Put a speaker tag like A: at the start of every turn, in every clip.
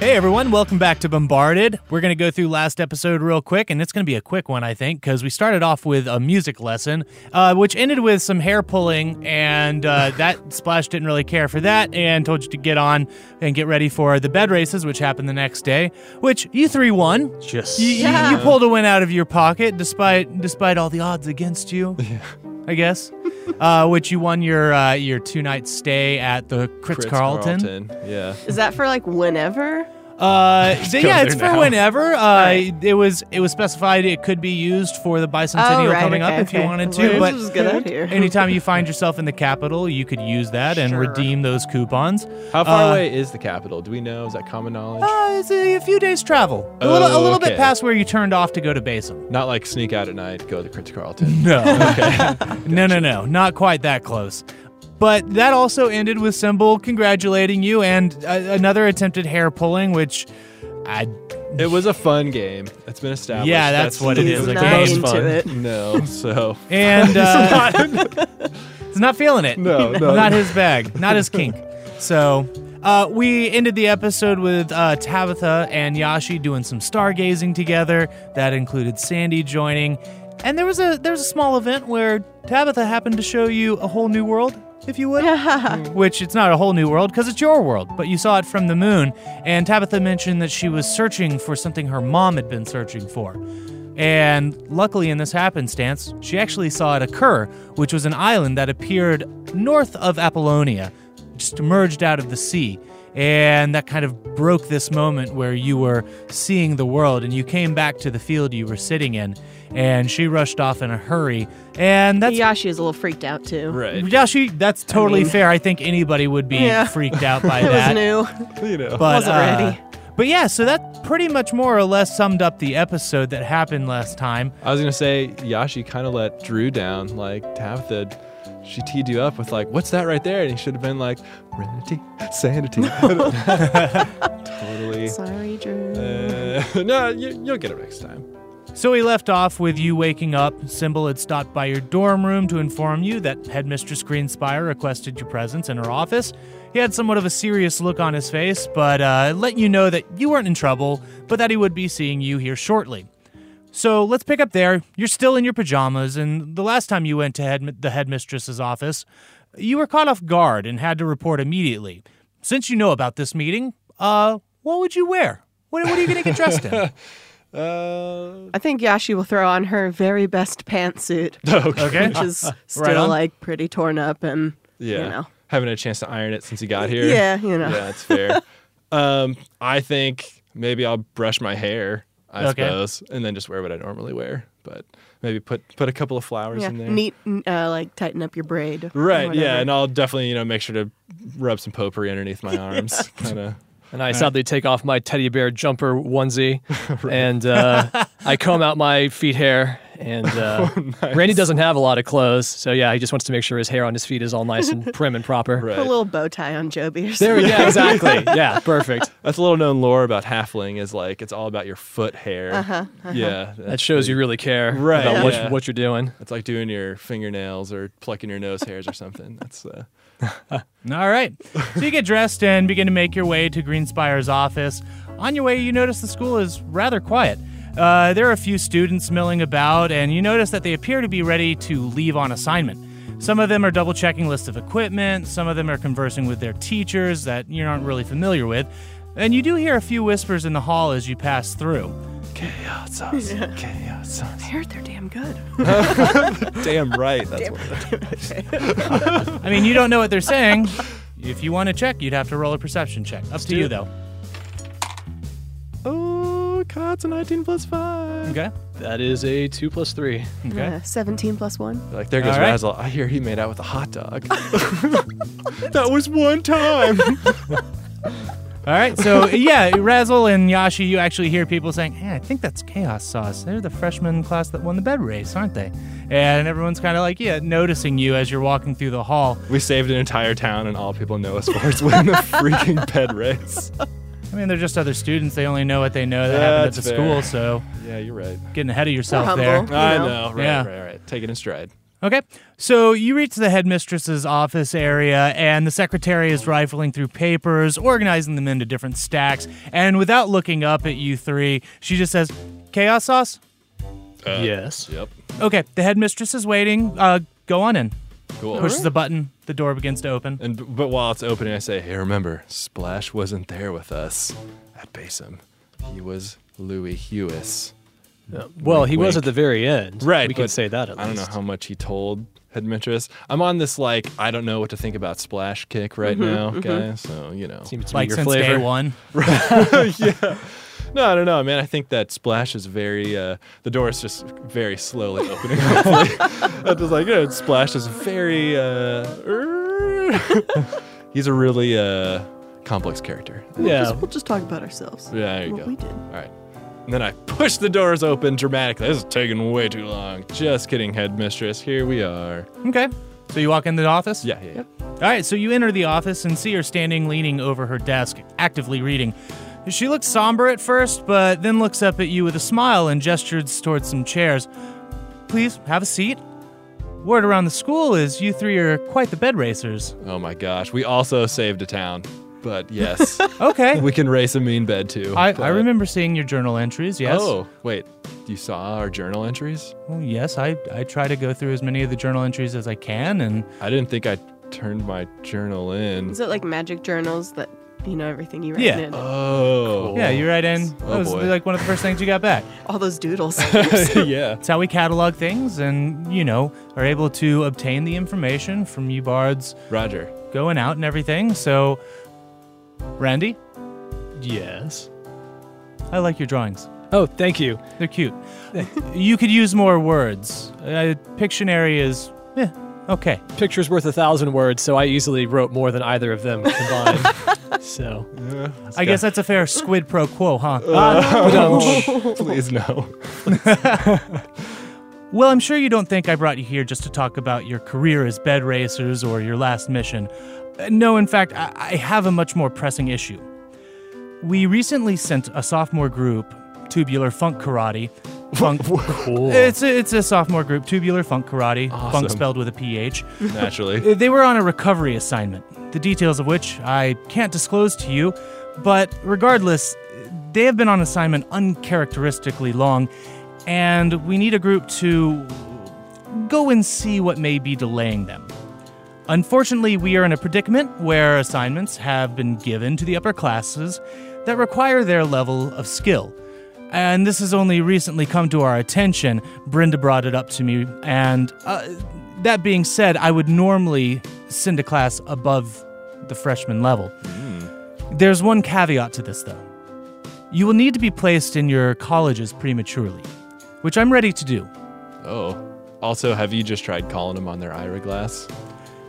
A: everyone, welcome back to Bombarded. We're going to go through last episode real quick, and it's going to be a quick one, I think, because we started off with a music lesson, uh, which ended with some hair pulling, and uh, that Splash didn't really care for that and told you to get on and get ready for the bed races, which happened the next day, which you three won.
B: Just
A: You, you- you pulled a win out of your pocket despite despite all the odds against you. I guess, uh, which you won your uh, your two night stay at the Critz, Carlton.
B: Yeah.
C: Is that for like whenever?
A: Uh, th-
B: Go
A: yeah,
B: there
A: it's for
B: now.
A: whenever. Uh, It was it was specified it could be used for the bicentennial
C: Oh, right,
A: coming up
C: okay,
A: if you
C: okay.
A: wanted
C: Well,
A: to.
C: this
A: But
C: is good out here.
A: anytime you find yourself in the capital, you could use that and
C: Sure.
A: redeem those coupons.
B: How far
A: Uh,
B: away is the capital? Do we know? Is that common knowledge?
A: Uh, it's a, a few days travel, a little a
B: Oh,
A: little bit
B: okay.
A: past where you turned off to go to Basin.
B: Not like sneak out at night, go to Critz Carlton.
A: No, no, no, no, not quite that close. But that also ended with Symbol congratulating you and uh, another attempted hair pulling, which I
B: it was a fun game. It's been established.
A: Yeah, that's what it
C: is,
B: the
C: a
B: most
C: game. Not
B: fun.
C: into
B: No, so
A: and uh, it's not feeling it.
B: no, no.
A: not his bag, not his kink. So uh, we ended the episode with uh, Tabitha and Yashi doing some stargazing together. That included Sandy joining, and there was a there was a small event where Tabitha happened to show you a whole new world, if you would. Which it's not a whole new world because it's your world, but you saw it from the moon. And Tabitha mentioned that she was searching for something her mom had been searching for. And luckily, in this happenstance, she actually saw it occur, which was an island that appeared north of Apollonia, just emerged out of the sea. And that kind of broke this moment where you were seeing the world and you came back to the field you were sitting in. And she rushed off in a hurry. And that's.
C: Yashi is a little freaked out too.
B: right.
A: Yeah, she, that's totally fair. I think anybody would be
C: Yeah.
A: freaked out by
C: It was
A: that.
C: new.
B: You know.
A: But, uh,
C: Wasn't ready.
A: But yeah, so that pretty much more or less summed up the episode that happened last time.
B: I was gonna say Yashi kind of let Drew down. Like Tabitha, she teed you up with like, "What's that right there?" And he should have been like, "Renity, sanity." totally.
C: Sorry, Drew.
B: Uh, no, you, you'll get it next time.
A: So we left off with you waking up. Symbol had stopped by your dorm room to inform you that Headmistress Greenspire requested your presence in her office. He had somewhat of a serious look on his face, but uh, letting you know that you weren't in trouble, but that he would be seeing you here shortly. So let's pick up there. You're still in your pajamas, and the last time you went to head, the headmistress's office, you were caught off guard and had to report immediately. Since you know about this meeting, uh, what would you wear? What, what are you going to get dressed in?
B: Uh,
C: I think Yashi will throw on her very best pantsuit,
A: Okay.
C: which is still
A: on.
C: like pretty torn up and
B: yeah.
C: you know.
B: Haven't had a chance to iron it since he got here.
C: Yeah, you know.
B: Yeah, that's fair. um, I think maybe I'll brush my hair, I
A: Okay.
B: suppose, and then just wear what I normally wear. But maybe put put a couple of flowers
C: Yeah,
B: in there.
C: neat, n- uh, like tighten up your braid. or
B: Right, yeah,
C: whatever.
B: and I'll definitely, you know, make sure to rub some potpourri underneath my arms. Kind of.
D: And I sadly take off my teddy bear jumper onesie, and uh, I comb out my feet hair. And
B: Oh,
D: uh, Randy doesn't have a lot of clothes, so yeah, he just wants to make sure his hair on his feet is all nice and prim and proper.
B: Right.
C: Put a little bow tie on Joby or
D: There
C: something.
D: we go. Yeah, exactly. Yeah, perfect.
B: That's a little known lore about halfling is like it's all about your foot hair. Uh-huh, Yeah.
D: That
B: That's,
D: shows you really care
B: Right,
D: about what,
B: yeah.
D: what you're doing.
B: that's like doing your fingernails or plucking your nose hairs or something. That's uh,
A: All right. So you get dressed and begin to make your way to Greenspire's office. On your way, you notice the school is rather quiet. Uh, there are a few students milling about, and you notice that they appear to be ready to leave on assignment. Some of them are double checking lists of equipment, some of them are conversing with their teachers that you aren't really familiar with, and you do hear a few whispers in the hall as you pass through.
B: chaos. chaos.
C: I heard they're damn good.
B: Damn right. That's what
A: I mean, you don't know what they're saying. If you want to check, you'd have to roll a perception check. Up to
B: do
A: you,
B: it.
A: though.
B: Oh, God's a 19 plus 5.
A: Okay?
D: That is a two plus three.
A: Okay.
C: Uh, Seventeen plus one.
B: Like, there goes
A: All right.
B: Razzle. I hear he made out with a hot dog. that was one time.
A: All right, so yeah, Razzle and Yashi, you actually hear people saying, "Hey, I think that's Chaos Sauce. They're the freshman class that won the bed race, aren't they?" And everyone's kind of like, "Yeah," noticing you as you're walking through the hall.
B: we saved an entire town, and all people know us for is winning the freaking bed race.
A: I mean, they're just other students; they only know what they know that happened at the
B: That's fair.
A: school. So
B: Yeah, you're right.
A: getting ahead of yourself
C: humble.
A: there.
C: You
B: I
C: know?
B: know. Right,
A: Yeah.
B: right, right. Take it in stride.
A: Okay. So you reach the headmistress's office area, and the secretary is rifling through papers, organizing them into different stacks. And without looking up at you three, she just says, Chaos Sauce?
D: yes.
B: Uh, Yep.
A: Okay. The headmistress is waiting. Uh, go on in.
B: Cool.
A: Pushes the button. The door begins to open.
B: And b- but while it's opening, I say, "Hey, remember, Splash wasn't there with us at Basim. He was Louis Hewis."
D: Well, he
B: Wink,
D: was
B: wink.
D: at the very end.
B: Right.
D: We can
B: but
D: say that at
B: I don't
D: least.
B: know how much he told Headmistress. I'm on this like I don't know what to think about Splash kick right now, guys. So you know.
D: Seems to
A: Like
D: be your
A: since day
D: flavor.
A: one.
B: No, no, no, man. I think that Splash is very. Uh, the door is just very slowly opening. Hopefully, I'm just like yeah, Splash is very. Uh, er. he's a really uh, complex character.
D: Yeah.
C: We'll just talk about ourselves.
B: Yeah, there you
C: what
B: go.
C: we did.
B: All right. And then I push the doors open dramatically. This is taking way too long. Just kidding, headmistress. Here we are.
A: Okay. So you walk in the office?
B: Yeah, yeah, yeah.
A: All right, so you enter the office and see her standing leaning over her desk, actively reading. She looks somber at first, but then looks up at you with a smile and gestures towards some chairs. Please have a seat. Word around the school is you three are quite the bed racers.
B: Oh my gosh. We also saved a town. But yes,
A: Okay.
B: we can race a mean bed too.
A: I, I
B: but-
A: remember seeing your journal entries, yes.
B: Oh, wait. You saw our journal entries?
A: Well, yes, I, I try to go through as many of the journal entries as I can, and
B: I didn't think I turned my journal in.
C: Is it like magic journals that you know everything you write
A: Yeah.
C: in?
B: Oh.
A: yeah, you're right, in. That
B: Oh,
A: was
B: boy.
A: like one of the first things you got back.
C: All those doodles.
B: yeah.
A: It's how we catalog things and, you know, are able to obtain the information from you bards
B: Roger.
A: going out and everything. So, Randy,
D: Yes.
A: I like your drawings.
D: Oh, thank you.
A: They're cute. you could use more words. Uh, Pictionary is, eh, okay.
D: Picture's worth a thousand words, so I easily wrote more than either of them combined. so,
A: I guess that's a fair squid pro quo, huh?
B: Please no.
A: Well, I'm sure you don't think I brought you here just to talk about your career as bed racers or your last mission. Uh, No, in fact, I, I have a much more pressing issue. We recently sent a sophomore group, Tubular Funk Karate. Funk.
D: cool.
A: It's a, it's a sophomore group, Tubular Funk Karate.
B: Awesome.
A: Funk spelled with a PH.
B: Naturally.
A: Uh, They were on a recovery assignment, the details of which I can't disclose to you, but regardless, they have been on assignment uncharacteristically long, and we need a group to go and see what may be delaying them. Unfortunately, we are in a predicament where assignments have been given to the upper classes that require their level of skill. And this has only recently come to our attention. Brenda brought it up to me. And uh, that being said, I would normally send a class above the freshman level. There's one caveat to this, though. You will need to be placed in your colleges prematurely, which I'm ready to do.
B: Oh. Also, have you just tried calling them on their Ira glass?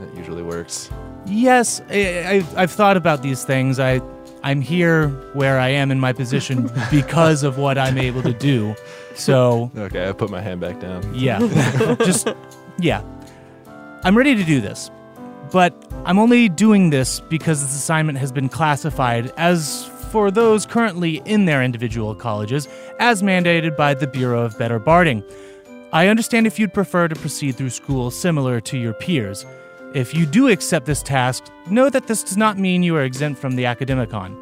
B: That usually works.
A: Yes, I, I, I've thought about these things. I, I'm here where I am in my position because of what I'm able to do. So,
B: Okay, I put my hand back down.
A: yeah, just yeah. I'm ready to do this, but I'm only doing this because this assignment has been classified as for those currently in their individual colleges as mandated by the Bureau of Better Barding. I understand if you'd prefer to proceed through school similar to your peers. If you do accept this task, know that this does not mean you are exempt from the Academicon.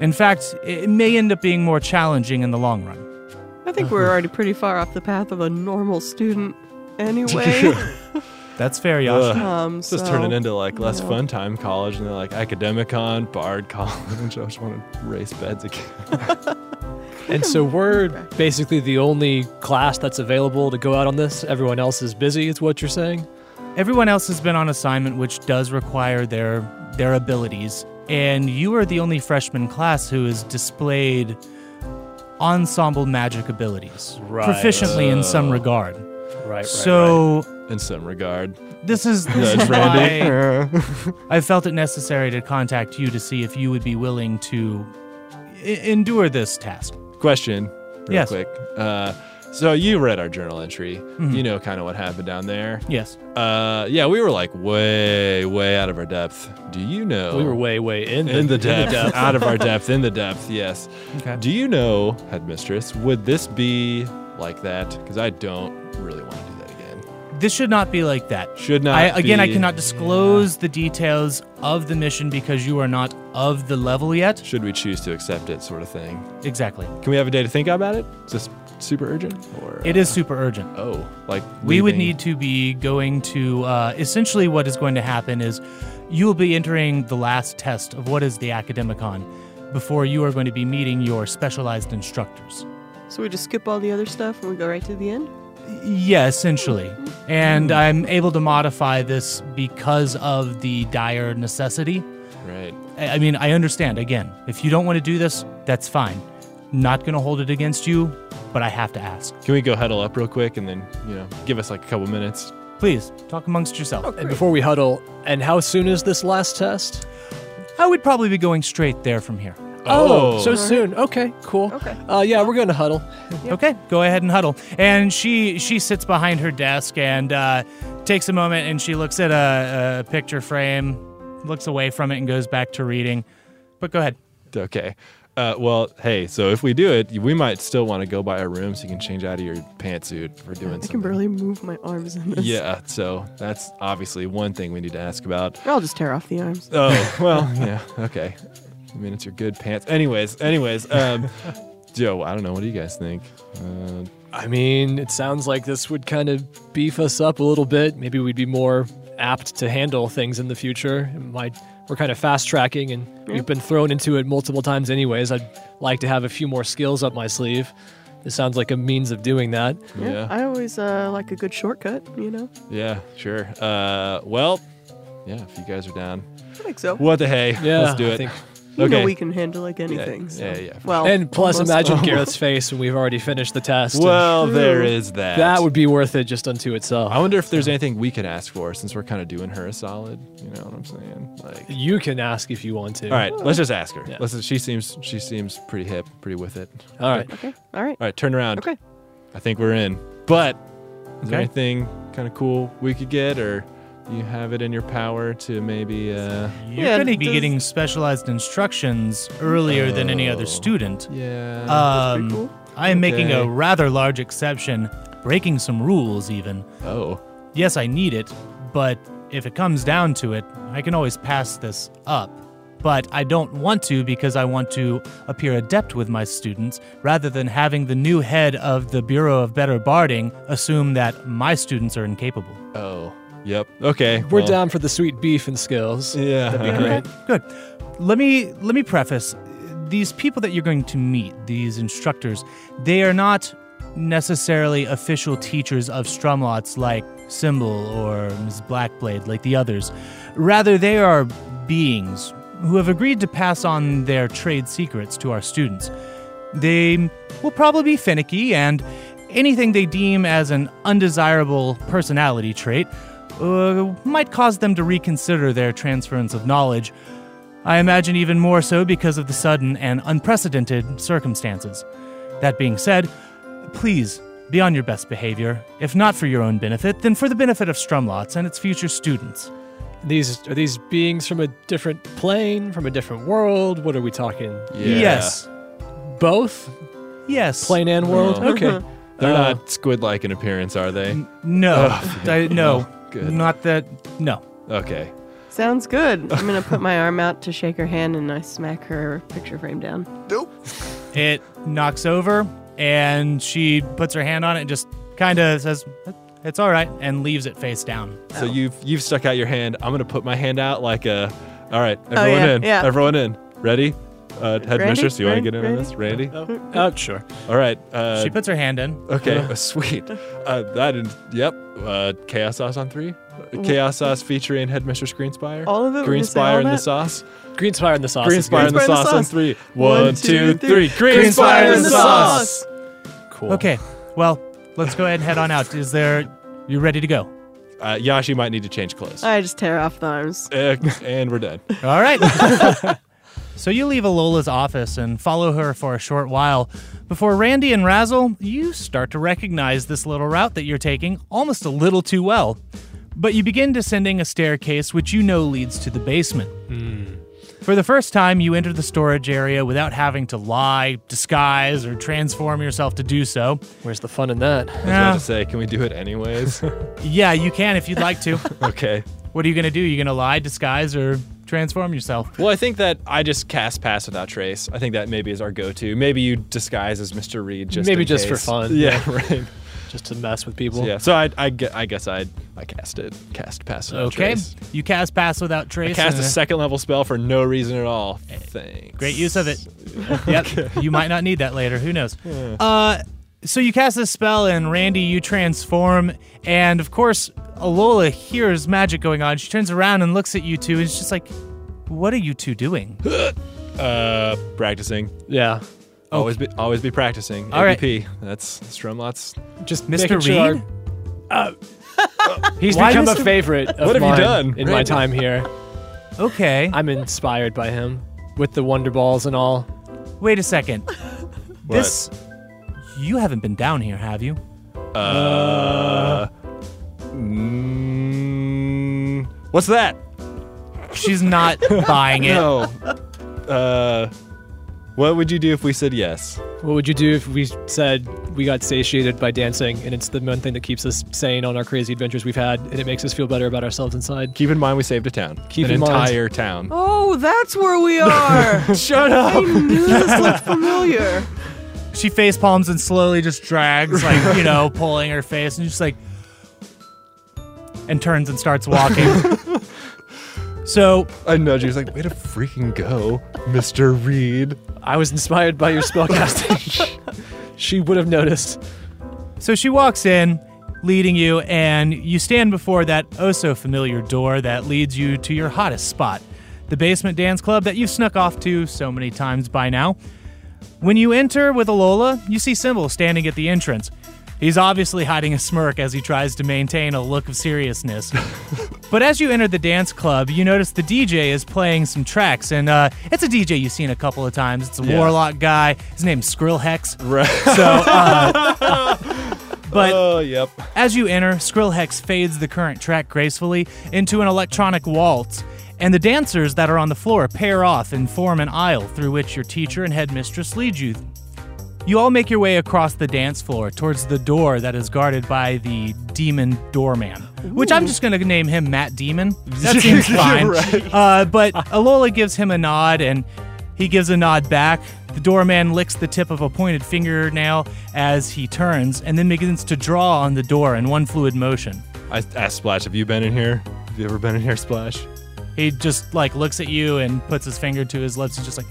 A: In fact, it may end up being more challenging in the long run.
C: I think we're already pretty far off the path of a normal student anyway.
A: That's fair, Yash.
B: Ugh.
C: um,
B: It's just
C: so-
B: turning into like less
C: yeah.
B: fun time college, and they're like Academicon, Bard College. I just want to race beds again.
D: and so we're basically the only class that's available to go out on this. Everyone else is busy, is what you're saying?
A: Everyone else has been on assignment, which does require their their abilities, and you are the only freshman class who has displayed ensemble magic abilities
D: Right. Uh,
A: proficiently in some regard.
D: Right, right.
A: so
B: In some regard,
A: this is this
B: Judge
A: is
B: Randy.
A: why I felt it necessary to contact you to see if you would be willing to I- endure this task.
B: Question, real
A: Yes.
B: quick. Uh, so you read our journal entry. You know kind of what happened down there.
A: Yes.
B: Uh, yeah, we were like way, way out of our depth. Do you know?
D: we were way, way in the,
B: in the depth, out of our depth, in the depth. Yes.
A: Okay.
B: Do you know, headmistress? Would this be like that? Because I don't really want to do that again.
A: this should not be like that.
B: Should not
A: I, again, I
B: be-
A: cannot disclose the details of the mission because you are not of the level yet.
B: Should we choose to accept it, sort of thing.
A: Exactly.
B: Can we have a day to think about it? Is this super urgent? Or
A: It is super urgent.
B: Oh, like
A: we would
B: leaving-
A: need to be going to uh, essentially what is going to happen is you will be entering the last test of what is the academicon before you are going to be meeting your specialized instructors
C: So we just skip all the other stuff and we go right to the end?
A: yeah essentially and i'm able to modify this because of the dire necessity
B: Right.
A: i I mean i understand again if you don't want to do this that's fine not going to hold it against you but i have to ask
B: Can we go huddle up real quick and then you know give us like a couple minutes?
A: please talk amongst yourself
D: And before we huddle, and how soon is this last test?
A: i would probably be going straight there from here
D: Oh.
B: Oh,
D: so
C: Oh.
D: soon. Okay, cool.
C: Okay.
D: Uh, yeah, we're gonna huddle.
A: Okay, go ahead and huddle. And she she sits behind her desk and uh, takes a moment and she looks at a, a picture frame, looks away from it, and goes back to reading. But go ahead.
B: okay. Uh, well, hey, so if we do it, we might still want to go by our room so you can change out of your pantsuit for doing
C: I
B: something.
C: can barely move my arms in this.
B: yeah, so that's obviously one thing we need to ask about.
C: I'll just tear off the arms.
B: Oh, well, yeah, okay. I mean, it's your good pants. Anyways, anyways, um, Joe, I don't know. What do you guys think? Uh,
D: I mean, it sounds like this would kind of beef us up a little bit. Maybe we'd be more apt to handle things in the future. It might, we're kind of fast tracking and we've been thrown into it multiple times, anyways. I'd like to have a few more skills up my sleeve. This sounds like a means of doing that.
B: yeah.
C: I always uh, like a good shortcut, you know?
B: Yeah, sure. Uh, well, yeah, if you guys are down,
C: I think so.
B: what the hey?
D: Yeah,
B: let's do
D: I
B: it.
D: think-
C: You know
B: okay.
C: we can handle like anything. so-
B: yeah, yeah.
C: Well,
D: and plus,
C: almost.
D: imagine Gareth's face when we've already finished the test. and
B: uh, well, there
C: True.
B: is that.
D: that would be worth it just unto itself.
B: I wonder if there's anything we could ask for since we're kind of doing her a solid. You know what I'm saying? Like,
D: you can ask if you want to.
B: all right, let's just ask her.
D: Yeah.
B: Let's. She seems she seems pretty hip, pretty with it.
D: All right.
C: Okay. All right.
B: All right, turn around.
C: Okay.
B: I think we're in. But is there
A: Okay.
B: anything kind of cool we could get, or do you have it in your power to maybe? Uh,
A: You're
C: Yeah,
A: going to be
C: does-
A: getting specialized instructions earlier than any
B: Oh.
A: other student.
B: yeah.
D: Uh,
A: Um,
B: Mm.
C: cool.
A: I am making a
B: Okay.
A: rather large exception, breaking some rules even.
B: oh.
A: Yes, I need it, but if it comes down to it, I can always pass this up. But I don't want to because I want to appear adept with my students rather than having the new head of the Bureau of Better Barding assume that my students are incapable.
B: Oh. Yep. Okay.
D: We're
B: well,
D: down for the sweet beef and skills.
B: Yeah.
D: That'd be
B: uh-huh.
D: great.
A: Good. Let me let me preface these people that you're going to meet, these instructors, they are not necessarily official teachers of Strumlots like Symbol or Ms. Blackblade like the others. Rather, they are beings who have agreed to pass on their trade secrets to our students. They will probably be finicky, and anything they deem as an undesirable personality trait uh, might cause them to reconsider their transference of knowledge. I imagine even more so because of the sudden and unprecedented circumstances. That being said, please be on your best behavior, if not for your own benefit, then for the benefit of Strumlots and its future students.
D: These are these beings from a different plane, from a different world. What are we talking?
B: Yeah.
A: Yes.
D: Both
A: Yes.
D: plane and world.
B: No.
D: Okay.
B: They're
D: Uh,
B: not squid-like in appearance, are they?
A: No. I- no.
B: Good.
A: Not that. No.
B: Okay.
C: Sounds good. I'm gonna put my arm out to shake her hand, and I smack her picture frame down.
A: It knocks over, and she puts her hand on it and just kind of says, "It's all right," and leaves it face down.
B: So you've you've stuck out your hand. I'm gonna put my hand out like a. All right, everyone
C: yeah,
B: in.
C: yeah.
B: Everyone in. Oh, Ready? Mm-hmm. Uh, headmistress, you want to
C: Randy,
B: get in on
C: Randy.
B: this, Randy?
D: Oh, sure.
B: All right. Uh,
A: she puts her hand in.
B: okay. uh, sweet. Uh, that. And, yep. Uh, chaos sauce on three. Chaos sauce featuring headmistress Greenspire.
C: All of it? We're gonna say all
B: Greenspire in the
C: that?
B: sauce.
D: Green spire in the sauce. is
B: Greenspire in
D: good.
B: the sauce on three. One, two, three. Greenspire in the sauce.
D: Cool.
A: Okay, well, let's go ahead and head on out. Is there? You ready to go?
B: Uh, Yashi might need to change clothes.
C: I just tear off the arms.
B: Uh, and we're done.
A: All right. so you leave Alola's office and follow her for a short while before Randy and Razzle, you start to recognize this little route that you're taking almost a little too
B: Hmm.
A: well. But you begin descending a staircase which you know leads to the basement. For the first time, you enter the storage area without having to lie, disguise, or transform yourself to do so.
D: Where's the fun in that?
B: I was about
A: Yeah.
B: to say, can we do it anyways?
A: Uh, Yeah, you can if you'd like to.
B: okay.
A: what are you going to do? You going to lie, disguise, or transform yourself?
B: Well, I think that I just cast pass without trace. I think that maybe is our go-to. Maybe you disguise as Mr. Reed just
D: Maybe
B: in
D: just for
B: case.
D: fun.
B: Yeah, right.
D: Just to mess with people.
B: Yeah. So I, I, gue- I guess I I cast it. Cast pass without
A: Okay.
B: trace.
A: You cast Pass Without Trace.
B: Cast a
A: and-
B: second level spell for no reason at all.
D: Eh,
B: Thanks.
A: Great use of it. yep. You might not need that later. Who knows? Uh, so you cast this spell, and Randy, you transform. And of course, Alola hears magic going on. She turns around and looks at you two, and she's just like, What are you two doing?
B: Uh, practicing.
D: Yeah. Oh.
B: Always be always be practicing.
A: All right.
B: ABP. That's Strumlot's.
D: Just
A: Mr.
D: making sure
A: Reed?
D: our- uh, He's
A: Why
D: become
A: Mr.
D: a favorite. Of
B: What have you
D: mine
B: done,
D: in my
B: Randy?
D: time here?
A: Okay.
D: I'm inspired by him with the Wonder Balls and all.
A: Wait a second. This. You haven't been down here, have you?
B: Mm, what's that?
A: She's not buying it.
B: No. uh, what would you do if we said yes?
D: What would you do if we said we got satiated by dancing and it's the one thing that keeps us sane on our crazy adventures we've had and it makes us feel better about ourselves inside?
B: Keep in mind we saved a town.
D: Keep
B: An
D: in mind.
B: entire town.
C: Oh, that's where we are.
B: Shut up.
C: I knew this looked familiar.
A: She face palms and slowly just drags, like, you know, pulling her face and just like and turns and starts walking. so
B: I nudge you. He's like, way to freaking go, Mr. Reed.
D: I was inspired by your spellcasting. she would have noticed.
A: so she walks in, leading you, and you stand before that oh so familiar door that leads you to your hottest spot, the basement dance club that you've snuck off to so many times by now. When you enter with Alola, you see Symbol standing at the entrance. He's obviously hiding a smirk as he tries to maintain a look of seriousness. But as you enter the dance club, you notice the DJ is playing some tracks, and uh, it's a DJ you've seen a couple of times. It's a
B: Yeah.
A: warlock guy. His name's Skrillhex.
B: Right.
A: So, uh, but
B: Oh, yep.
A: as you enter, Skrillhex fades the current track gracefully into an electronic waltz, and the dancers that are on the floor pair off and form an aisle through which your teacher and headmistress lead you. You all make your way across the dance floor towards the door that is guarded by the demon doorman, which I'm just going to name him Matt Demon. That seems
B: You're
A: fine.
B: right.
A: uh, but Alola gives him a nod, and he gives a nod back. The doorman licks the tip of a pointed fingernail as he turns, and then begins to draw on the door in one fluid motion.
B: I asked Splash, have you been in here? Have you ever been in here, Splash?
A: He just like looks at you and puts his finger to his lips and just like,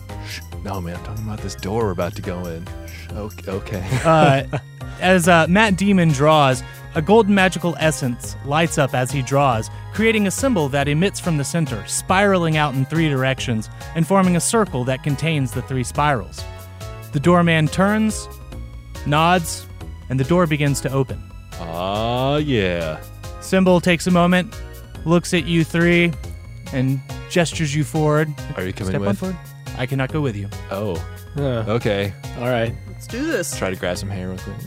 B: No, man. I'm talking about this door we're about to go in. Shh, ok- Okay.
A: uh, as uh, Matt Demon draws, a golden magical essence lights up as he draws, creating a symbol that emits from the center, spiraling out in three directions and forming a circle that contains the three spirals. The doorman turns, nods, and the door begins to open.
B: Ah, yeah.
A: Symbol takes a moment, looks at you three, and gestures you forward.
B: Are you coming
A: Step on
B: with?
A: forward. I cannot go with you.
B: Oh,
D: Uh,
B: okay.
D: all right.
C: Let's do this.
B: Try to grab some hair real quick.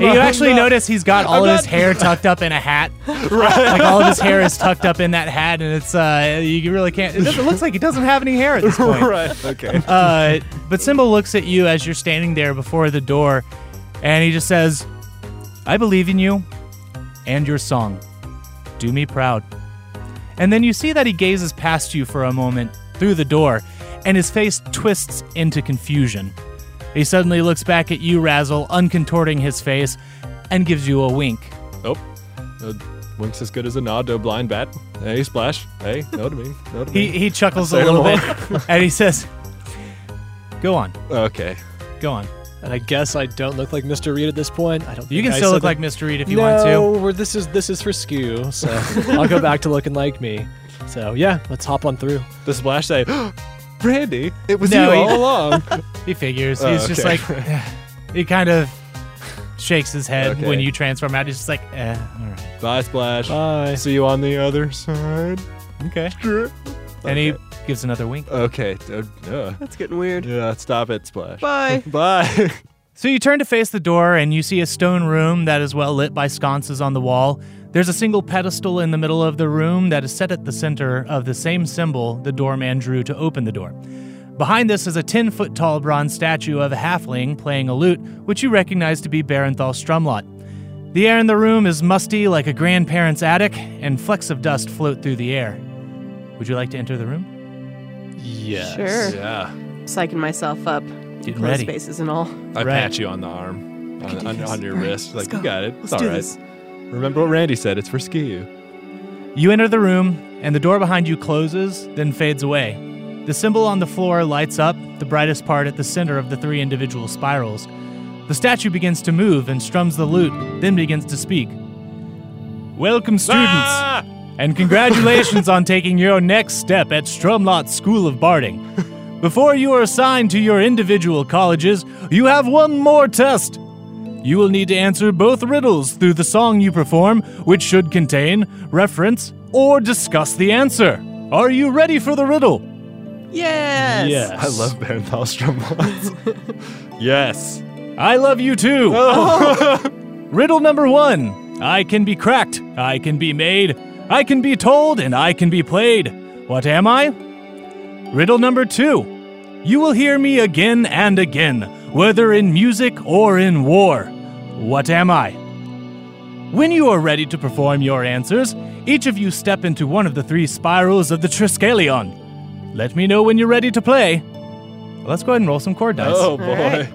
A: you actually notice he's got all of his hair tucked up in a hat. Like all of his hair is tucked up in that hat, and it's uh, you really can't. It, doesn't- it looks like he doesn't have any hair at this point.
B: right. Okay.
A: Uh, but Simba looks at you as you're standing there before the door, and he just says, "I believe in you, and your song. Do me proud." And then you see that he gazes past you for a moment through the door, and his face twists into confusion. He suddenly looks back at you, Razzle, uncontorting his face, and gives you a wink.
B: Oh, uh, wink's as good as a nod to a blind bat. Hey, Splash. Hey, no to me. No to
A: He,
B: me.
A: he chuckles a
B: Say
A: little
B: no
A: bit, and he says, "Go on,
B: Okay.
A: go on.
D: And I guess I don't look like Mr. Reed at this point. I don't.
A: You
D: think
A: can
D: I
A: still
D: said
A: look
D: that-
A: like Mr. Reed if you
D: no,
A: want to."
D: we're- this is this is for skew. So I'll go back to looking like me. So yeah, let's hop on through.
B: The Splash say, Brandy, it was
A: No,
B: you
A: he-
B: all along.
A: He figures.
B: Oh,
A: He's just
B: okay.
A: like, eh. he kind of shakes his head
B: Okay.
A: when you transform out. He's just like, eh, all right.
B: Bye, Splash.
D: Bye.
B: See you on the other side.
A: Okay. And he gives another wink.
B: Okay. Uh, uh,
C: That's getting weird.
B: yeah, stop it, Splash.
C: Bye.
B: Bye.
A: So you turn to face the door and you see a stone room that is well lit by sconces on the wall. There's a single pedestal in the middle of the room that is set at the center of the same symbol the doorman drew to open the door. Behind this is a 10 foot tall bronze statue of a halfling playing a lute, which you recognize to be Barenthal Strumlot. The air in the room is musty like a grandparent's attic, and flecks of dust float through the air. Would you like to enter the room?
B: Yes.
C: Sure.
B: Yeah.
C: Psyching myself up. Getting
A: ready.
C: Spaces and all.
B: I
A: Right.
B: pat you on the arm, on, on, on your wrist. Like, you got it. It's all
C: do
B: right. Remember what Randy said. It's for ski.
A: You enter the room, and the door behind you closes, then fades away. The symbol on the floor lights up, the brightest part at the center of the three individual spirals. The statue begins to move and strums the lute, then begins to speak. Welcome, students!
B: Ah!
A: and congratulations on taking your next step at Strumlot School of Barding. Before you are assigned to your individual colleges, you have one more test. You will need to answer both riddles through the song you perform, which should contain, reference, or discuss the answer. Are you ready for the riddle?
C: Yes.
B: I love Barenthal Strumlot. yes.
A: I love you too. Riddle number one I can be cracked, I can be made, I can be told, and I can be played. What am I? Riddle number two You will hear me again and again, whether in music or in war. What am I? When you are ready to perform your answers, each of you step into one of the three spirals of the Triskelion. Let me know when you're ready to play. Let's go ahead and roll some chord dice.
B: Oh, boy.
C: right.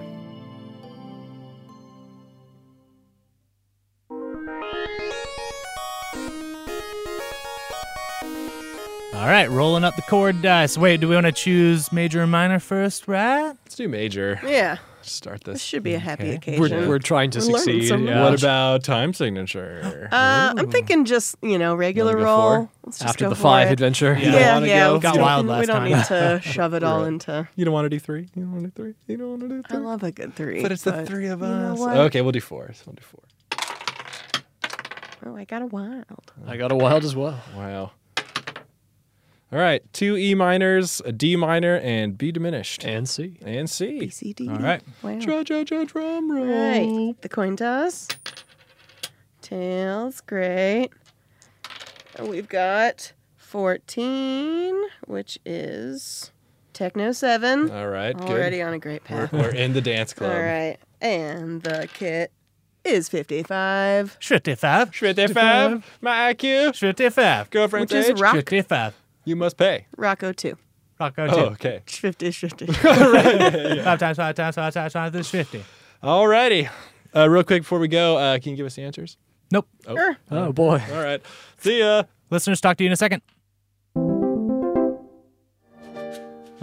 A: All right, rolling up the chord dice. Wait, do we want to choose major or minor first, right?
B: Let's do major.
C: Yeah.
B: Start
C: This
B: this.
C: should be a happy occasion.
D: We're, we're trying to
C: We're learning
D: succeed.
C: so
D: yeah.
B: What about time signature?
C: uh, I'm thinking just you know regular
B: Wanna go
C: roll.
B: for?
C: Let's just
D: after
C: go
D: the
C: for
D: five
C: it.
D: adventure?
B: You
C: Yeah,
B: don't
C: yeah.
B: wanna go?
C: we
A: Got
C: don't-
A: wild last
C: we don't
A: time.
C: need to shove it all into.
B: you don't want to do three? You don't want to do three? You don't want to do
C: I
B: three?
C: love a good three.
B: but it's the three of
C: you know
B: us.
C: what?
B: okay, we'll do four. So we'll do four.
C: Oh, I got a wild.
D: I got a wild as well.
B: Wow. All right, two E minors, a D minor, and B diminished, and,
D: And see.
B: C.
C: B C Mm. D.
B: All right.
C: Wow.
B: Dra, dra, dra, drum roll.
C: Right. Mm, The coin toss. Tails, great. And We've got 14, which is Techno 7.
B: All right, Uh, good.
C: Already on a great path.
B: We're in the dance
C: All
B: club.
C: right. And the kit is 55.
A: 55.
B: Shredder five, my IQ,
A: 55.
B: girlfriend's
C: Which is
B: age,
C: rock.
A: 55.
B: you must pay.
C: Rocco 2.
A: Rocco,
B: Oh,
A: too.
B: okay.
C: 50, 50.
B: Oh.
A: Five times, five times, five times, five times, 50.
B: All righty. Uh, real quick before we go, uh, can you give us the answers?
A: Nope.
C: Er,
D: Oh boy.
B: All right. See ya.
A: Listeners, talk to you in a second.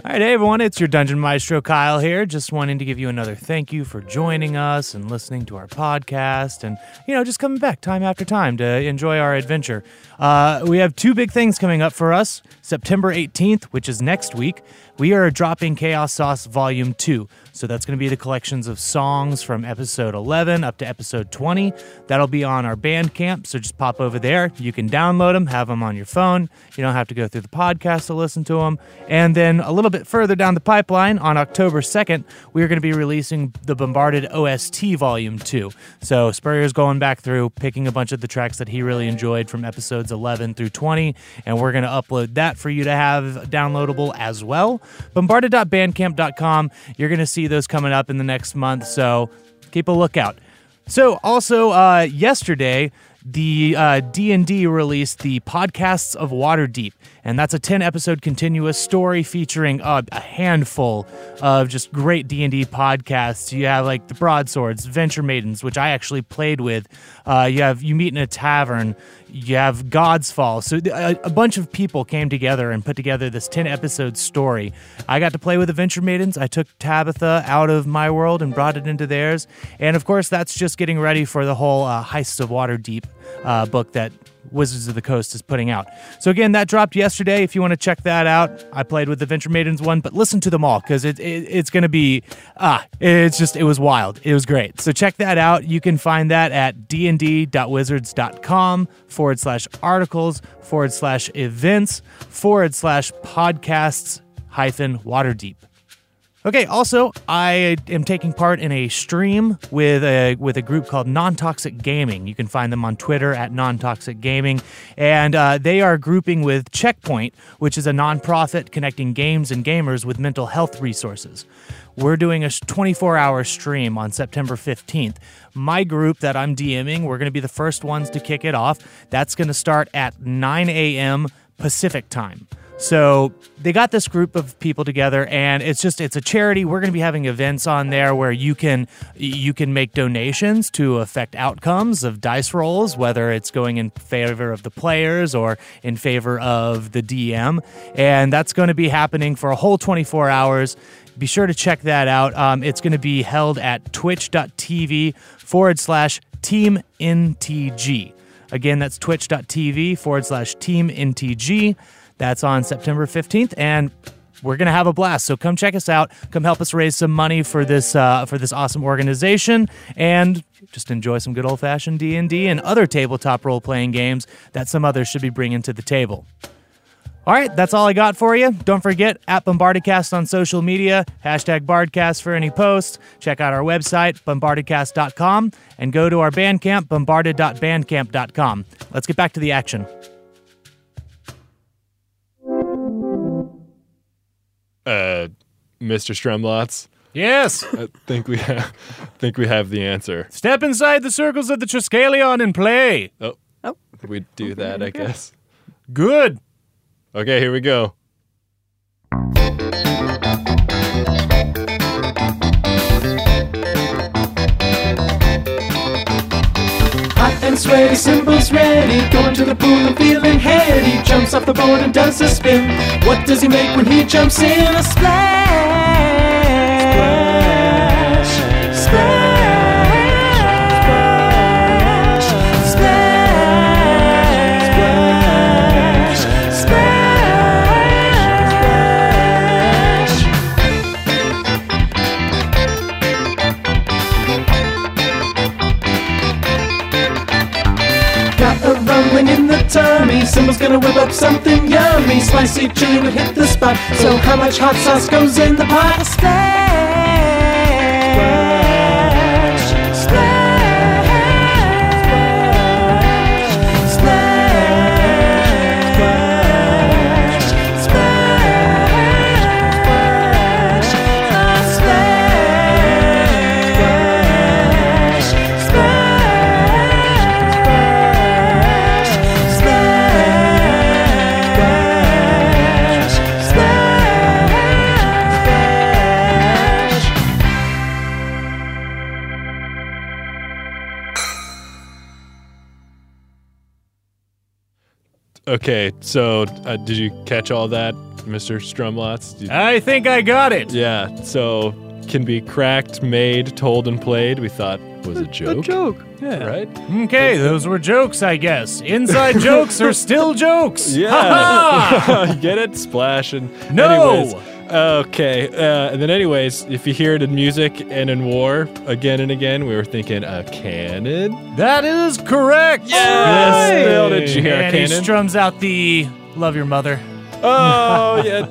A: All right, hey everyone, it's your Dungeon Maestro Kyle here. Just wanting to give you another thank you for joining us and listening to our podcast and, you know, just coming back time after time to enjoy our adventure. Uh, we have two big things coming up for us. September 18th, which is next week, we are dropping Chaos Sauce Volume 2. So that's going to be the collections of songs from episode 11 up to episode 20. That'll be on our Bandcamp, so just pop over there. You can download them, have them on your phone. You don't have to go through the podcast to listen to them. And then a little bit further down the pipeline, on October 2nd, we're going to be releasing the Bombarded OST Volume 2. So Spurrier's going back through, picking a bunch of the tracks that he really enjoyed from episodes 11 through 20, and we're going to upload that for you to have downloadable as well. Bombarded.bandcamp.com, you're going to see those coming up in the next month, so keep a lookout. So, also uh, yesterday, the uh, D&D released the Podcasts of Waterdeep, and that's a 10-episode continuous story featuring uh, a handful of just great D&D podcasts. You have like The Broadswords, Venture Maidens, which I actually played with. Uh, you have You Meet in a Tavern. You have God's Fall. So th- a, a bunch of people came together and put together this 10-episode story. I got to play with the Venture Maidens. I took Tabitha out of my world and brought it into theirs. And of course, that's just getting ready for the whole uh, Heists of Waterdeep uh, book that Wizards of the Coast is putting out. So again, that dropped yesterday. If you want to check that out, I played with the Venture Maidens one, but listen to them all because it, it, it's going to be ah, it's just it was wild. It was great. So check that out. You can find that at dnd.wizards.com forward slash articles forward slash events forward slash podcasts hyphen Waterdeep. Okay. Also, I am taking part in a stream with a with a group called Non Toxic Gaming. You can find them on Twitter at Non Toxic Gaming, and uh, they are grouping with Checkpoint, which is a nonprofit connecting games and gamers with mental health resources. We're doing a 24 hour stream on September 15th. My group that I'm DMing, we're going to be the first ones to kick it off. That's going to start at 9 a.m. Pacific time. So they got this group of people together, and it's just it's a charity. We're going to be having events on there where you can you can make donations to affect outcomes of dice rolls, whether it's going in favor of the players or in favor of the DM, and that's going to be happening for a whole 24 hours. Be sure to check that out. Um, it's going to be held at twitch.tv forward slash team NTG. Again, that's twitch.tv forward slash team NTG. That's on September 15th, and we're gonna have a blast. So come check us out. Come help us raise some money for this uh, for this awesome organization, and just enjoy some good old fashioned D and D and other tabletop role playing games that some others should be bringing to the table. All right, that's all I got for you. Don't forget at Bombardedcast on social media, hashtag Bardcast for any posts. Check out our website, bombardedcast.com, and go to our Bandcamp, bombarded.bandcamp.com. Let's get back to the action.
B: Uh, Mr. Stremlots,
A: Yes.
B: I think we have, think we have the answer.
A: Step inside the circles of the Triskelion and play.
B: Oh,
C: Oh.
B: we do that, I guess.
A: Good.
B: Okay, here we go.
E: Hot and sweaty, cymbals ready. Going to the pool and feeling heady. Jumps off the board and does a spin. What does he make when he jumps in? A splash! Splash! Splash! Splash! Splash! Splash! Got a rumbling in the tummy. Symbol's gonna whip up something yummy. Spicy chili would hit the spot. So how much hot sauce goes in the pot? A splash. Splash. Splash. Splash. Splash. Splash. Splash. Splash. Splash. Splash. Splash.
B: Okay, so uh, did you catch all that, Mr. Strumlots? Did-
A: I think I got it.
B: yeah, so can be cracked, made, told, and played. We thought was a joke,
C: A joke.
D: Yeah.
B: right?
A: Okay, those were jokes, I guess. Inside jokes are still jokes.
B: Yeah, You get it, splash, and
A: No!
B: Anyways, okay, uh, and then anyways, if you hear it in music and in war again and again, we were thinking a cannon.
A: that is correct.
B: Yes,
A: All right.
B: nailed it. Did you hear a
A: And he
B: cannon?
A: strums out the "Love Your Mother."
B: Oh yeah,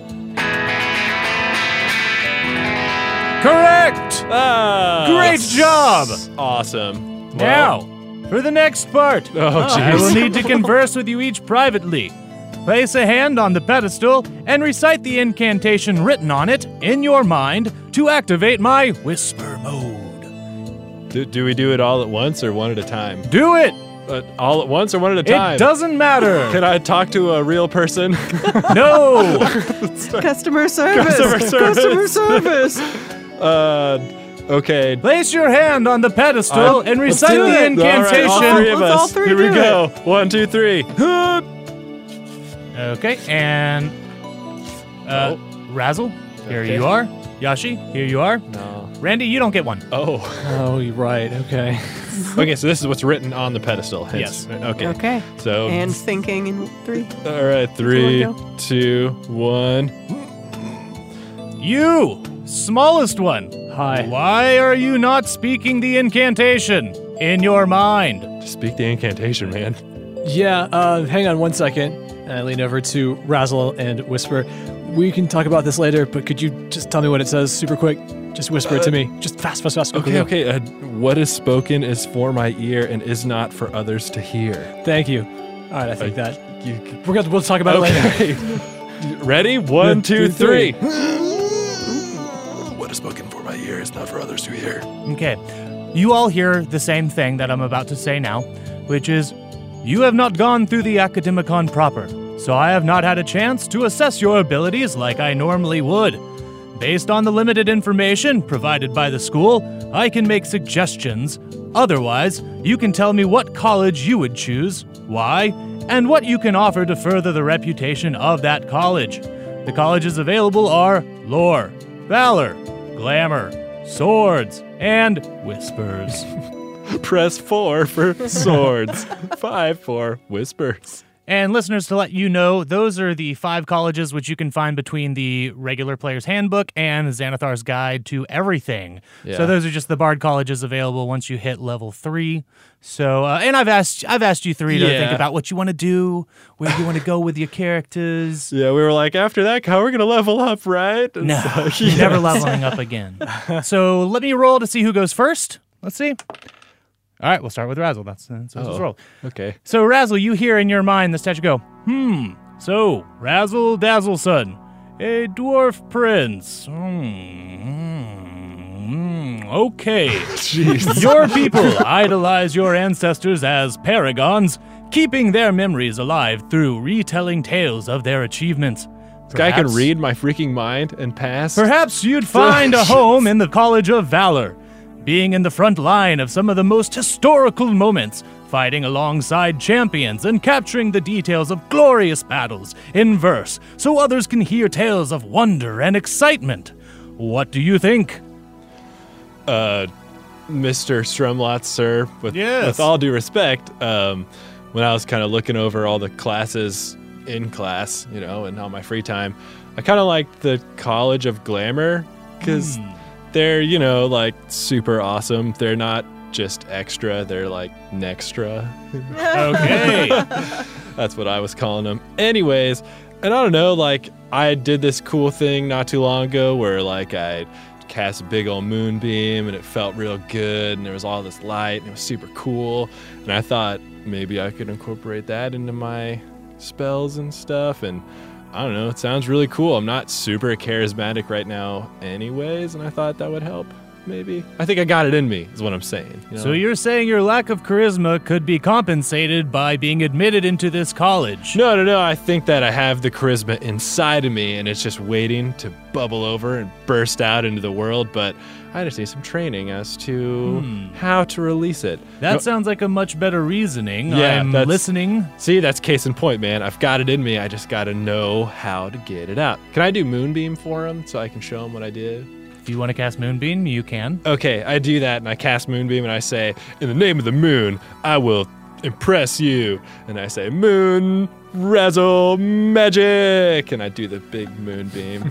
A: Correct.
B: ah,
A: Great job!
B: Awesome. Well,
A: now, for the next part, Ah,
B: Oh,
A: I will
B: jeez.
A: need to converse with you each privately. Place a hand on the pedestal and recite the incantation written on it in your mind to activate my whisper mode.
B: Do, do we do it all at once or one at a time?
A: Do it.
B: Uh, all at once or one at a time?
A: It doesn't matter.
B: Can I talk to a real person?
A: no.
C: Customer service.
B: Customer service.
C: Customer service.
B: uh, okay.
A: Place your hand on the pedestal
B: I'm-
A: and
B: let's
A: recite
B: do
A: the
B: it. All right,
A: incantation.
B: all three of
C: Let's all
B: us.
C: three
B: Here we
C: do
B: go. One, two, three.
A: okay, and
B: Oh.
A: uh, Razzle, here you are. Yashi, here you are.
B: No.
A: Randy, you don't get one.
B: Oh.
D: Oh, you're right. Okay.
B: Okay, so this is what's written on the pedestal. hence- Okay.
C: Okay.
B: So,
C: And thinking in three.
B: all right, three,
C: Someone
B: two, one.
A: You, smallest one.
D: Hi.
A: Why are you not speaking the incantation in your mind?
B: Just speak the incantation, man.
D: Yeah, uh, hang on one second. And I lean over to Razzle and whisper, we can talk about this later, but could you just tell me what it says super quick? Just whisper it to me. Just fast, fast, fast.
B: Okay, okay. Uh, what is spoken is for my ear and is not for others to hear.
D: Thank you. All right, I think that.
B: You,
D: We're gonna, we'll talk about it later.
B: okay. Ready? One, two, three. what is spoken for my ear is not for others to hear.
A: Okay. You all hear the same thing that I'm about to say now, which is you have not gone through the Academicon proper, so I have not had a chance to assess your abilities like I normally would. Based on the limited information provided by the school, I can make suggestions. Otherwise, you can tell me what college you would choose, why, and what you can offer to further the reputation of that college. The colleges available are Lore, Valor, Glamour, Swords, and Whispers.
B: Press four for swords, five for whispers.
A: And listeners, to let you know, those are the five colleges which you can find between the regular player's handbook and Xanathar's guide to everything.
B: Yeah.
A: So those are just the bard colleges available once you hit level three. So, uh, and I've asked, I've asked you three to think
B: Yeah.
A: about what you want to do, where you want to go with your characters.
B: Yeah, we were like, after that, how we're gonna level up, right? And
A: No,
B: so-
A: you're never leveling up again. So let me roll to see who goes first. Let's see. All right, we'll start with Razzle. That's that's his
B: Oh.
A: roll.
B: Okay.
A: So, Razzle, you hear in your mind the statue go, hmm, so, Razzle Dazzle Son, a dwarf prince. Hmm, hmm, okay.
B: Jeez.
A: Your people idolize your ancestors as paragons, keeping their memories alive through retelling tales of their achievements.
B: This guy can
A: Perhaps-
B: read my freaking mind and pass.
A: Perhaps you'd find a home in the College of Valor, being in the front line of some of the most historical moments, fighting alongside champions and capturing the details of glorious battles in verse so others can hear tales of wonder and excitement. What do you think?
B: uh, Mr. Strumlot, sir, with,
A: Yes.
B: with all due respect, um, when I was kind of looking over all the classes in class, you know, and on my free time, I kind of liked the College of Glamour because they're, you know, like super awesome. They're not just extra, they're like Nextra.
A: Okay.
B: That's what I was calling them. Anyways, and I don't know, like I did this cool thing not too long ago where like I cast a big old moonbeam and it felt real good and there was all this light and it was super cool and I thought maybe I could incorporate that into my spells and stuff and I don't know, it sounds really cool. I'm not super charismatic right now anyways and I thought that would help. Maybe. I think I got it in me, is what I'm saying. you
A: so
B: know?
A: you're saying your lack of charisma could be compensated by being admitted into this college?
B: No, no, no. I think that I have the charisma inside of me and it's just waiting to bubble over and burst out into the world, but I just need some training as to how to release it.
A: That
B: No-
A: sounds like a much better reasoning.
B: Yeah,
A: I'm
B: that's-
A: listening.
B: See, that's case in point, man. I've got it in me. I just got to know how to get it out. Can I do Moonbeam for him so I can show him what I did?
A: If you want to cast Moonbeam, you can.
B: Okay, I do that and I cast Moonbeam and I say, In the name of the moon, I will impress you. And I say, Moon, razzle, magic. And I do the big Moonbeam.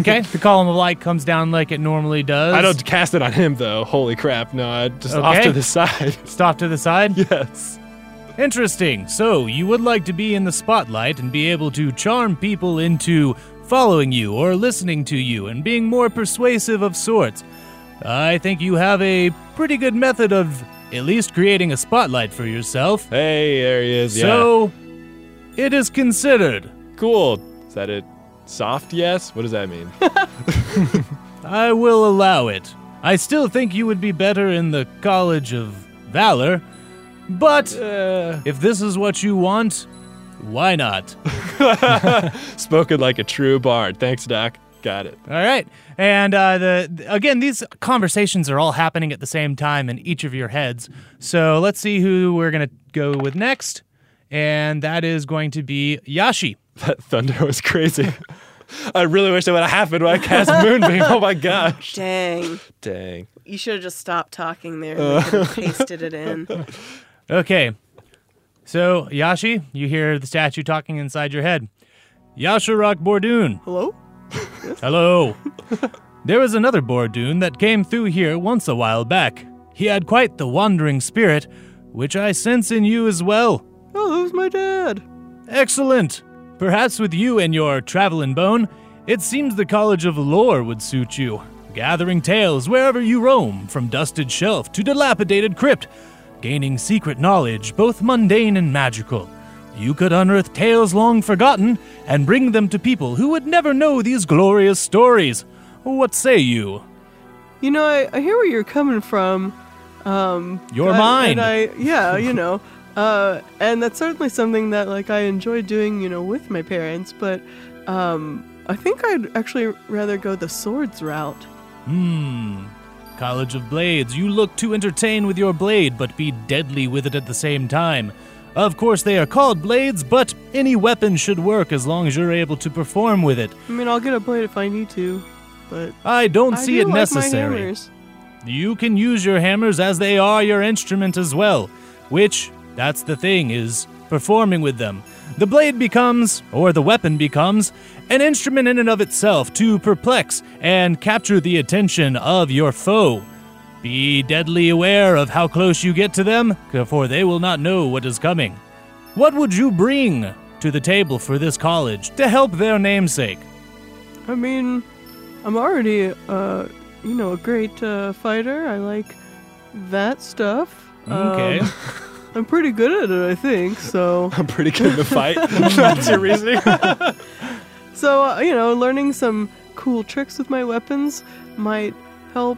A: Okay, the column of light comes down like it normally does.
B: I don't cast it on him though. Holy crap! No, I just off
A: Okay.
B: to the side.
A: stop to the side.
B: yes.
A: Interesting. So, you would like to be in the spotlight and be able to charm people into following you or listening to you and being more persuasive of sorts. I think you have a pretty good method of at least creating a spotlight for yourself.
B: Hey, there he is.
A: So, it is considered.
B: yeah. cool. Is that it? Soft yes. What does that mean?
A: I will allow it. I still think you would be better in the College of Valor, but
B: uh,
A: If this is what you want, why not? All
B: spoken like a true bard. Thanks, Doc. Got it.
A: right. And uh, the again, these conversations are all happening at the same time in each of your heads. So let's see who we're gonna go with next, and that is going to be Yashi.
B: That thunder was crazy. I really wish that would have happened when I cast Moonbeam. Oh my gosh.
C: Dang.
B: Dang.
C: You should have just stopped talking there. and we could have pasted it in.
A: Okay. So Yashi, you hear the statue talking inside your head. Yasharak Bordoon.
C: Hello?
A: Hello. there was another Bordoon that came through here once a while back. He had quite the wandering spirit, which I sense in you as well.
C: Oh, that was my dad.
A: Excellent. Perhaps with you and your travelin' bone, It seems the College of Lore would suit you. Gathering tales wherever you roam, from dusted shelf to dilapidated crypt, gaining secret knowledge, both mundane and magical. You could unearth tales long forgotten and bring them to people who would never know these glorious stories. What say you?
C: You know, I, I hear where you're coming from. Um,
A: You're
C: I-
A: mine.
C: And I, yeah, you know. Uh, and that's certainly something that like I enjoy doing, you know, with my parents. But um, I think I'd actually rather go the swords route.
A: Hmm. College of Blades, you look to entertain with your blade, but be deadly with it at the same time. Of course, they are called blades, but any weapon should work as long as you're able to perform with it.
C: I mean, I'll get a blade if I need to, but
A: I don't
C: I
A: see
C: do
A: it
C: like My
A: necessary.
C: hammers.
A: You can use your hammers as they are your instrument as well, which, that's the thing, is performing with them. The blade becomes, or the weapon becomes, an instrument in and of itself to perplex and capture the attention of your foe. Be deadly aware of how close you get to them, for they will not know what is coming. What would you bring to the table for this college to help their namesake?
C: I mean, I'm already, uh, you know, a great uh, fighter. I like that stuff. Um,
A: Okay.
C: I'm pretty good at it, I think. So,
B: I'm pretty good in a fight. That's your reasoning.
C: so uh, you know, learning some cool tricks with my weapons might help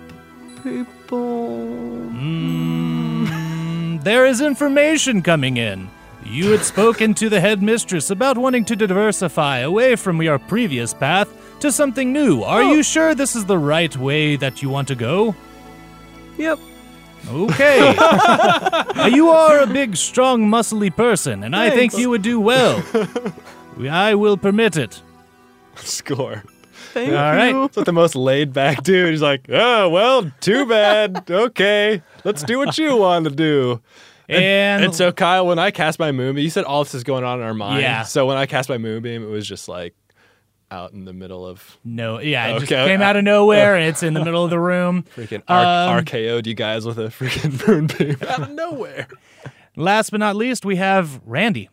C: people.
A: Mm-hmm. Mm, there is information coming in. You had spoken to the headmistress about wanting to diversify away from your previous path to something new. Are you sure this is the right way that you want to go?
C: Yep.
A: Okay. Uh, you are a big, strong, muscly person, and I think
C: Thanks.
A: you would do well. I will permit it.
B: Score.
C: Thank
A: All
C: you.
A: right.
B: It's like the most laid back dude. He's like, oh, well, too bad. Okay, let's do what you want to do.
A: And,
B: And so, Kyle, when I cast my moonbeam, you said all this is going on in our mind.
A: Yeah.
B: So when I cast my moonbeam, it was just like out in the middle of
A: no, yeah, it just
B: Okay.
A: came out of nowhere. and It's in the middle of the room.
B: freaking R-
A: Um,
B: RKO'd you guys with a freaking moonbeam out of nowhere.
A: Last but not least, we have Randy.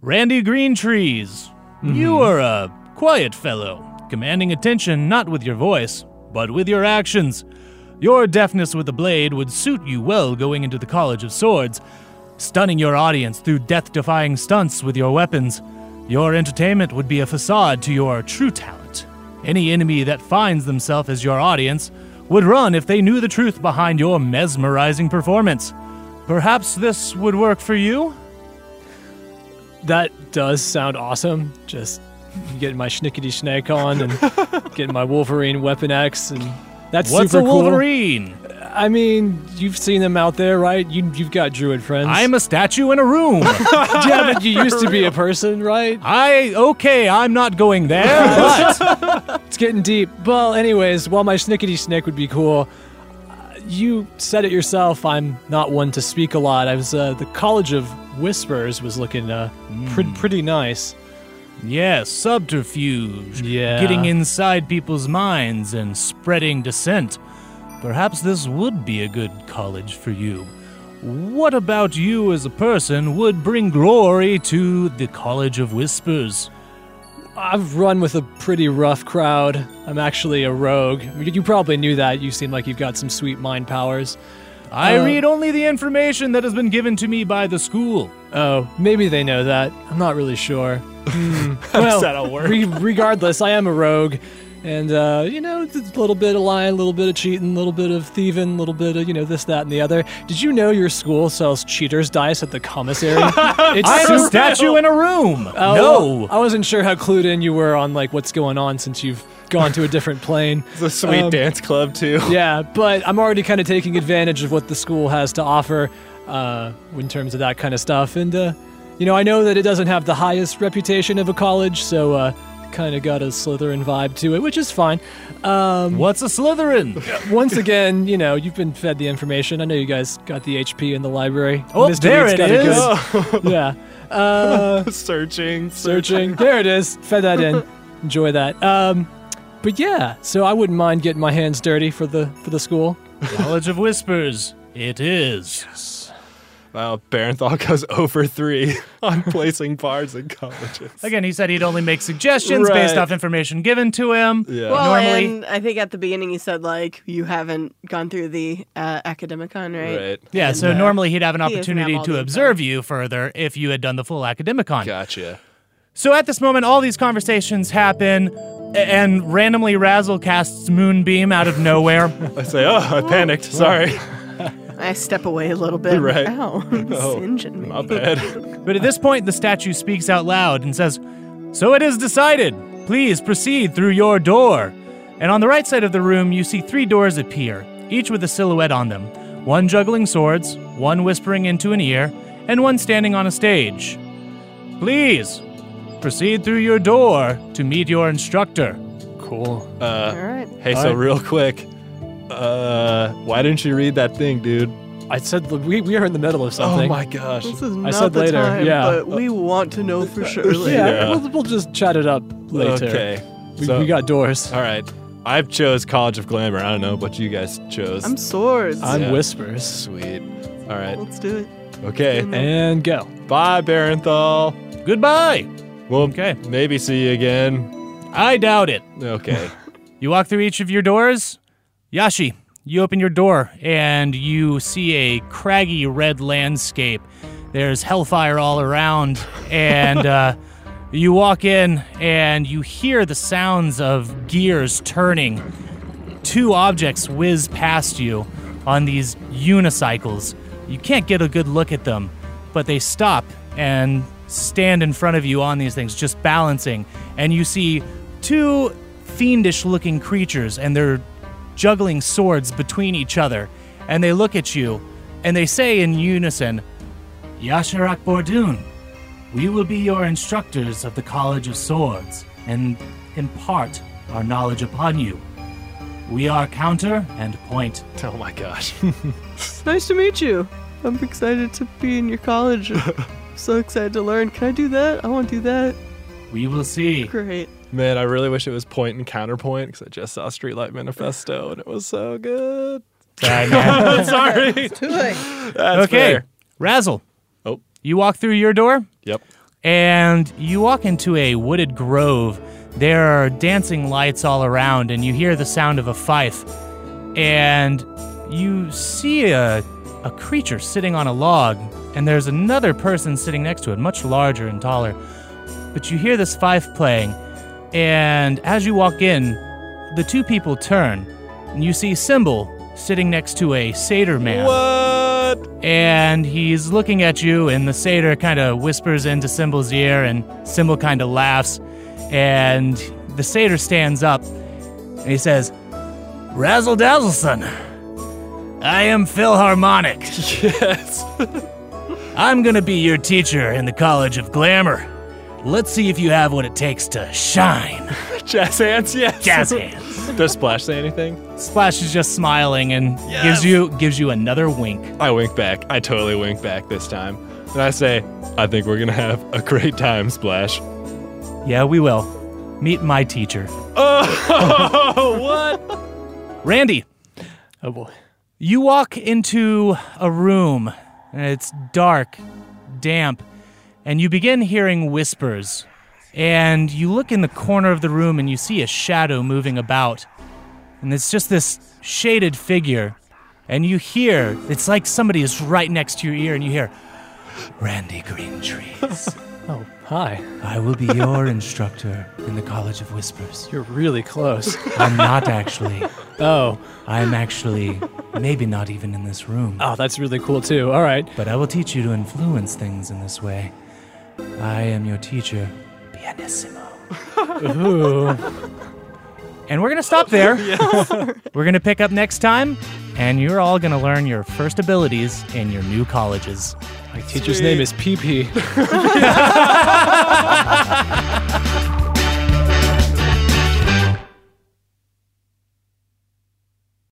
A: Randy Green Trees. You are a quiet fellow, commanding attention not with your voice, but with your actions. Your deftness with the blade would suit you well going into the College of Swords, stunning your audience through death defying stunts with your weapons. Your entertainment would be a facade to your true talent. Any enemy that finds themselves as your audience would run if they knew the truth behind your mesmerizing performance. Perhaps this would work for you?
D: That does sound awesome. Just getting my schnickety schnack on and getting my Wolverine weapon X, and that's
A: What's
D: super
A: a Wolverine?
D: cool. I mean, you've seen them out there, right? You you've got druid friends.
A: I'm a statue in a room.
D: yeah, but you used to be a person, right?
A: I okay, I'm not going there, but
D: It's getting deep. Well, anyways, while my schnickety schnick would be cool, uh, you said it yourself. I'm not one to speak a lot. I was uh, the College of Whispers was looking uh,
A: Hmm.
D: pre- pretty nice.
A: yes, subterfuge.
D: Yeah.
A: Getting inside people's minds and spreading dissent. Perhaps this would be a good college for you. What about you as a person would bring glory to the College of Whispers?
D: I've run with a pretty rough crowd. I'm actually a rogue. I mean, You probably knew that. You seem like you've got some sweet mind powers.
A: I
D: Uh,
A: read only the information that has been given to me by the school.
D: Oh, maybe they know that. I'm not really sure. Hmm. well, re- regardless, I am a rogue. And, uh, you know, it's a little bit of lying, a little bit of cheating, a little bit of thieving, a little bit of, you know, this, that, and the other. Did you know your school sells cheaters dice at the commissary? it's
A: I'm a
D: super-
A: statue in a room.
D: Oh,
A: no.
D: I wasn't sure how clued in you were on, like, what's going on since you've gone to a different plane.
B: It's a sweet
D: Um,
B: dance club, too.
D: yeah, but I'm already kind of taking advantage of what the school has to offer uh, in terms of that kind of stuff. And, uh, you know, I know that it doesn't have the highest reputation of a college, so uh, kind of got a Slytherin vibe to it, which is fine. Um,
A: What's a Slytherin?
D: once again, you know, you've been fed the information. I know you guys got the HP in the library.
A: Oh, there
D: Reed's
A: it
D: got it
A: is.
D: good. yeah. Uh,
B: Searching, search.
D: searching. there it is. Fed that in. Enjoy that. Um, but yeah, so I wouldn't mind getting my hands dirty for the for the school.
A: College of Whispers. It is.
B: Wow, Barenthal goes over three on placing bars in colleges.
A: Again, he said he'd only make suggestions based
B: Right.
A: off information given to him.
B: Yeah.
C: Well,
A: Normally-
C: and I think at the beginning he said like you haven't gone through the uh, Academicon, right?
B: Right.
A: Yeah, so normally he'd have an
C: uh, doesn't have
A: opportunity
C: all
A: to
C: the
A: observe you further if you had done the full Academicon.
B: Gotcha.
A: So at this moment, all these conversations happen, a- and randomly Razzle casts Moonbeam out of nowhere.
B: I say, oh, I panicked. Sorry.
C: I step away a little bit.
B: Right.
C: Ow, it's
A: Oh.
C: singeing me.
B: My bad.
A: but at this point, the statue speaks out loud and says, So it is decided. Please proceed through your door. And on the right side of the room, you see three doors appear, each with a silhouette on them one juggling swords, one whispering into an ear, and one standing on a stage. Please proceed through your door to meet your instructor.
D: Cool.
C: All right.
B: Hey, so real quick, uh, why didn't you read that thing, dude?
D: I said look, we, we are in the middle of something.
B: Oh my gosh.
C: This is
D: I
C: not
D: said
C: the
D: later,
C: time,
D: yeah.
C: but we want to know for sure.
D: Yeah,
C: later.
B: Yeah.
D: We'll, we'll just chat it up later.
B: Okay.
D: We,
B: So-
D: we got doors.
C: Uh,
B: All right. I chose College of Glamour. I don't know what you guys chose.
C: I'm swords.
D: I'm
B: Yeah.
D: Whispers.
B: sweet. All right.
C: Let's do it.
B: Okay.
D: And go.
B: Bye, Barenthal.
A: Goodbye!
B: Well,
A: Okay.
B: maybe see you again.
A: I doubt it.
B: Okay.
A: You walk through each of your doors. Yashi, you open your door and you see a craggy red landscape. There's hellfire all around. And uh, you walk in and you hear the sounds of gears turning. Two objects whiz past you on these unicycles. You can't get a good look at them, but they stop and stand in front of you on these things, just balancing. And you see two fiendish looking creatures, and they're juggling swords between each other. And they look at you, and they say in unison, Yasharak Bordun, we will be your instructors of the College of Swords and impart our knowledge upon you. We are counter and point.
B: oh my gosh.
C: It's nice to meet you. I'm excited to be in your college. so excited to learn. Can I do that? I want to do that.
A: We will see.
C: Great.
B: Man, I really wish it was point and counterpoint because I just saw Streetlight Manifesto and it was so good.
A: Sorry, man.
B: Sorry. That's
A: okay,
B: fair.
A: Razzle,
B: Oh,
A: you walk through your door.
B: yep.
A: and you walk into a wooded grove. There are dancing lights all around, and you hear the sound of a fife. And you see a, a creature sitting on a log, and there's another person sitting next to it, much larger and taller. But you hear this fife playing, and as you walk in, the two people turn, and you see Symbol sitting next to a satyr man
B: What?
A: and he's looking at you and the satyr kind of whispers into Symbol's ear and Symbol kind of laughs and the satyr stands up and he says Razzle Dazzle son I am Philharmonic
B: Yes.
A: I'm gonna be your teacher in the College of Glamour let's see if you have what it takes to shine
B: Jazz hands, yes.
A: jazz hands
B: Does Splash say anything?
A: Splash is just smiling and gives you gives you another wink
B: I wink back. I totally wink back this time. And I say, I think we're going to have a great time, Splash.
A: yeah we will meet my teacher
B: Oh, what?
A: Randy
D: Oh boy.
A: You walk into a room, and it's dark, damp, and you begin hearing whispers. And you look in the corner of the room and you see a shadow moving about. And it's just this shaded figure. And you hear, it's like somebody is right next to your ear, and you hear, Randy Greentrees,
D: Oh, hi.
A: I will be your instructor in the College of Whispers.
D: You're really close.
A: I'm not actually.
D: oh.
A: I'm actually maybe not even in this room.
D: Oh, that's really cool too. All right.
A: But I will teach you to influence things in this way. I am your teacher, Pianissimo.
D: Ooh.
A: And we're going to stop there. We're going to pick up next time, and you're all going to learn your first abilities in your new colleges.
D: My teacher's name is PP.